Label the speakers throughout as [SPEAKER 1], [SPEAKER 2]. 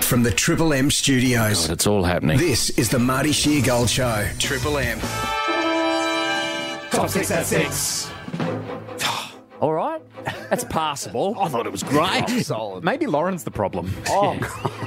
[SPEAKER 1] from the Triple M studios.
[SPEAKER 2] It's all happening.
[SPEAKER 1] This is the Marty Sheargold Show. Triple M.
[SPEAKER 3] Top six at six.
[SPEAKER 2] All right. That's passable. I thought it was
[SPEAKER 3] Right? Solid. Maybe Lauren's the problem.
[SPEAKER 2] Oh,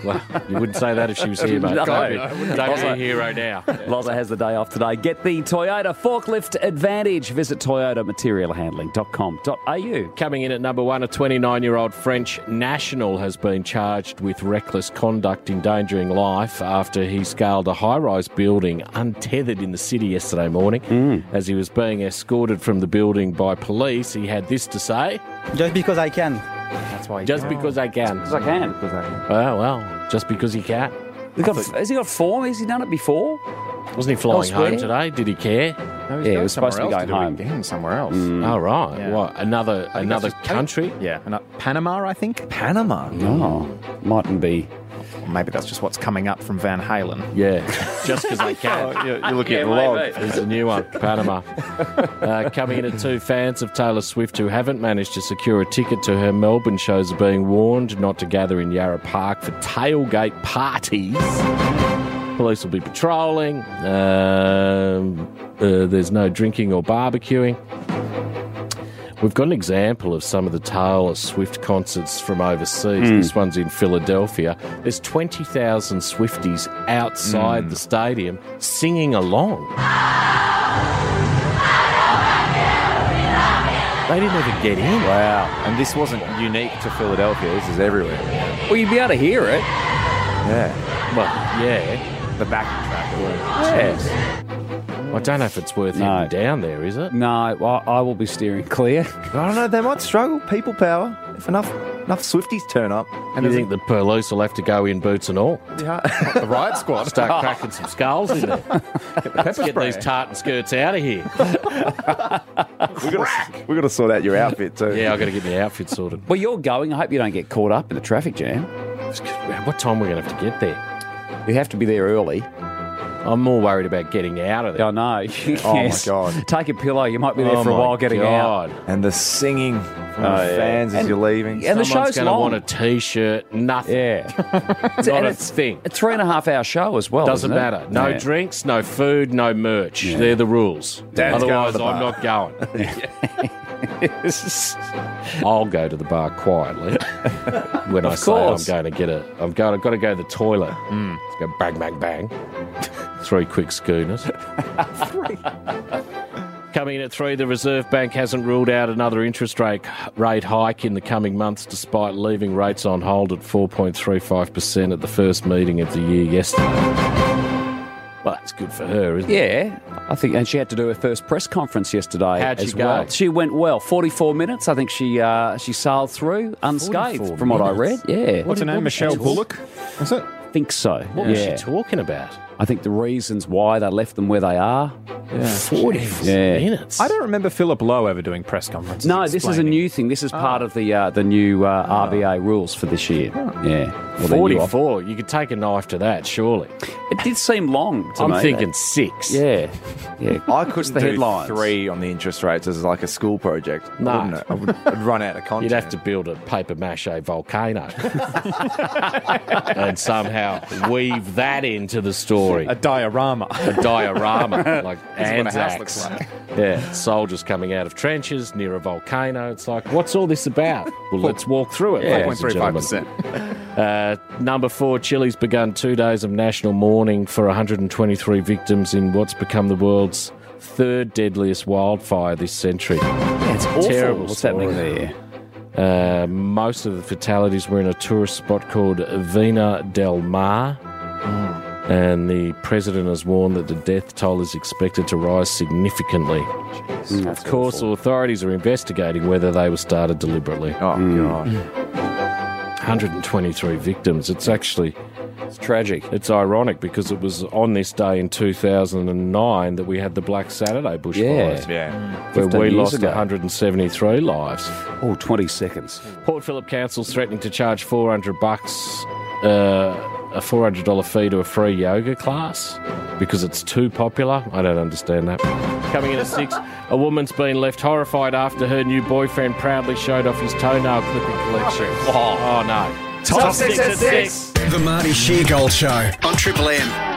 [SPEAKER 2] well, you wouldn't say that if she was here, mate.
[SPEAKER 3] No,
[SPEAKER 2] Don't be-
[SPEAKER 3] no,
[SPEAKER 2] don't be a
[SPEAKER 4] hero now.
[SPEAKER 2] Loza has the day off today. Get the Toyota forklift advantage. Visit toyotamaterialhandling.com.au.
[SPEAKER 4] Coming in at number one, a 29 year old French national has been charged with reckless conduct endangering life after he scaled a high rise building untethered in the city yesterday morning. As he was being escorted from the building by police, he had this to say
[SPEAKER 5] Just because I can.
[SPEAKER 3] That's why.
[SPEAKER 4] Just because I can.
[SPEAKER 2] As I can.
[SPEAKER 4] Oh, well, just because he can.
[SPEAKER 2] He got, has he got form? Has he done it before?
[SPEAKER 4] Wasn't he flying home
[SPEAKER 2] Elsewhere?
[SPEAKER 4] today? Did he care?
[SPEAKER 3] No, he's
[SPEAKER 2] Yeah,
[SPEAKER 3] going
[SPEAKER 2] it was supposed to be
[SPEAKER 3] somewhere else
[SPEAKER 2] going home.
[SPEAKER 3] do it again somewhere else.
[SPEAKER 4] Oh, right.
[SPEAKER 3] Yeah.
[SPEAKER 4] What? Another,
[SPEAKER 3] I think that's
[SPEAKER 4] another
[SPEAKER 3] just- I think-
[SPEAKER 4] country?
[SPEAKER 3] Yeah, and, uh, Panama, I think. Panama.
[SPEAKER 2] No. Mightn't be.
[SPEAKER 3] Maybe that's just what's coming up from Van Halen.
[SPEAKER 4] Yeah, just because I can.
[SPEAKER 3] Oh, You're, looking at
[SPEAKER 4] There's a new one, Panama. Uh, coming in at two fans of Taylor Swift who haven't managed to secure a ticket to her Melbourne shows are being warned not to gather in Yarra Park for tailgate parties. Police will be patrolling. Um, uh, there's no drinking or barbecuing. We've got an example of some of the Taylor Swift concerts from overseas. This one's in Philadelphia. There's 20,000 Swifties outside the stadium singing along. They didn't even get in.
[SPEAKER 6] Wow. And this wasn't unique to Philadelphia. This is everywhere.
[SPEAKER 2] Well, you'd be able to hear it.
[SPEAKER 6] Yeah.
[SPEAKER 4] Well, yeah.
[SPEAKER 6] The back track.
[SPEAKER 2] Yes.
[SPEAKER 4] I don't know if it's worth
[SPEAKER 2] No. Mm.
[SPEAKER 4] heading down there, is it?
[SPEAKER 2] No, I, I will be steering clear.
[SPEAKER 6] I don't know. They might struggle. People power. If enough enough Swifties turn up.
[SPEAKER 4] And you think the police will have to go in boots and all?
[SPEAKER 3] the riot squad.
[SPEAKER 4] Start cracking some skulls in there. Let's get these tartan skirts out of here.
[SPEAKER 6] We've got, to, we got to sort out your outfit too.
[SPEAKER 4] Yeah, I've got to get my outfit sorted.
[SPEAKER 2] Well, you're going. I hope you don't get caught up in the traffic jam.
[SPEAKER 4] What time are we going to have to get there?
[SPEAKER 2] You have to be there early.
[SPEAKER 4] I'm more worried about getting out of there.
[SPEAKER 2] I know.
[SPEAKER 6] Oh, my
[SPEAKER 2] Yes.
[SPEAKER 6] God.
[SPEAKER 2] Take a pillow. You might be there
[SPEAKER 4] Oh
[SPEAKER 2] for a
[SPEAKER 4] my
[SPEAKER 2] while getting out.
[SPEAKER 4] God.
[SPEAKER 6] And the singing from the
[SPEAKER 2] yeah.
[SPEAKER 6] fans as you're leaving.
[SPEAKER 2] And the
[SPEAKER 4] Someone's
[SPEAKER 2] show's
[SPEAKER 4] gonna
[SPEAKER 2] long.
[SPEAKER 4] want a t-shirt, nothing,
[SPEAKER 2] Yeah.
[SPEAKER 4] not
[SPEAKER 2] and
[SPEAKER 4] a
[SPEAKER 2] it's-
[SPEAKER 4] thing.
[SPEAKER 2] a three and a half hour show as well.
[SPEAKER 4] Doesn't
[SPEAKER 2] isn't it?
[SPEAKER 4] matter. No
[SPEAKER 2] Yeah.
[SPEAKER 4] drinks, no food, no merch. They're the rules.
[SPEAKER 6] Dan's going
[SPEAKER 4] Otherwise,
[SPEAKER 6] to the
[SPEAKER 4] I'm
[SPEAKER 6] bar.
[SPEAKER 4] not going. I'll go to the bar quietly when I say
[SPEAKER 2] course.
[SPEAKER 4] I'm going to get a. I'm going. I've got to go to the toilet. Let's go bang, bang, bang. Three quick schooners. Coming in at three, the Reserve Bank hasn't ruled out another interest rate, rate hike in the coming months, despite leaving rates on hold at 4.35% at the first meeting of the year yesterday. Well, that's good for her, isn't it?
[SPEAKER 2] Yeah, I think, and she had to do her first press conference yesterday
[SPEAKER 4] How'd she
[SPEAKER 2] as
[SPEAKER 4] go?
[SPEAKER 2] well. She went well, forty-four minutes. I think she uh, she sailed through unscathed,
[SPEAKER 4] 44
[SPEAKER 2] from what I read.
[SPEAKER 4] minutes?
[SPEAKER 2] Yeah,
[SPEAKER 3] What's her name? Michelle Bullock? Is it?
[SPEAKER 2] I think so.
[SPEAKER 4] What
[SPEAKER 2] yeah,
[SPEAKER 4] was she talking about?
[SPEAKER 2] I think the reasons why they left them where they are.
[SPEAKER 4] 40
[SPEAKER 2] Yeah.
[SPEAKER 4] minutes.
[SPEAKER 3] I don't remember Philip Lowe ever doing press conferences.
[SPEAKER 2] No, this is a
[SPEAKER 3] explaining.
[SPEAKER 2] new thing. This is
[SPEAKER 4] Ah.
[SPEAKER 2] part of the uh, the new uh, RBA rules for this year. Yeah, Well, the new op-
[SPEAKER 4] 44. You could take a knife to that, surely.
[SPEAKER 2] It did seem long. To
[SPEAKER 4] I'm
[SPEAKER 2] me,
[SPEAKER 4] thinking six.
[SPEAKER 2] that- yeah, yeah.
[SPEAKER 6] I couldn't
[SPEAKER 2] the
[SPEAKER 6] do
[SPEAKER 2] headlines.
[SPEAKER 6] three on the interest rates as like a school project.
[SPEAKER 4] No.
[SPEAKER 6] I wouldn't. I would, I'd run out of
[SPEAKER 4] You'd
[SPEAKER 6] content.
[SPEAKER 4] have to build a paper mache volcano and somehow weave that into the story.
[SPEAKER 3] a diorama.
[SPEAKER 4] a diorama, like
[SPEAKER 3] what a house
[SPEAKER 4] Anzacs.
[SPEAKER 3] looks like.
[SPEAKER 4] Yeah, soldiers coming out of trenches near a volcano. It's like, what's all this about? Well, let's walk through it. ladies and gentlemen.
[SPEAKER 3] 4.35%.
[SPEAKER 4] Uh, number four, Chile's begun two days of national mourning for 123 victims in what's become the world's third deadliest wildfire this century.
[SPEAKER 2] Yeah, it's awful.
[SPEAKER 4] Terrible
[SPEAKER 2] What's
[SPEAKER 4] story.
[SPEAKER 2] happening there?
[SPEAKER 4] Uh, most of the fatalities were in a tourist spot called Vina del Mar. And the president has warned that the death toll is expected to rise significantly.
[SPEAKER 2] That's
[SPEAKER 4] Of course, authorities are investigating whether they were started deliberately.
[SPEAKER 6] Oh, God.
[SPEAKER 4] 123 victims. It's actually
[SPEAKER 2] it's tragic.
[SPEAKER 4] it's ironic because it was on this day in 2009 that we had the Black Saturday bushfires,
[SPEAKER 6] Yeah.
[SPEAKER 4] where
[SPEAKER 2] 15
[SPEAKER 4] we
[SPEAKER 2] years
[SPEAKER 4] lost
[SPEAKER 2] ago.
[SPEAKER 4] 173 lives.
[SPEAKER 2] Oh, 20 seconds.
[SPEAKER 4] Port Phillip Council's threatening to charge 400 bucks, uh, a $400 fee to a free yoga class because it's too popular. I don't understand that. Coming in at six, a woman's been left horrified after her new boyfriend proudly showed off his toenail clipping collection. Oh, no.
[SPEAKER 1] The Marty Sheargold Show on Triple M.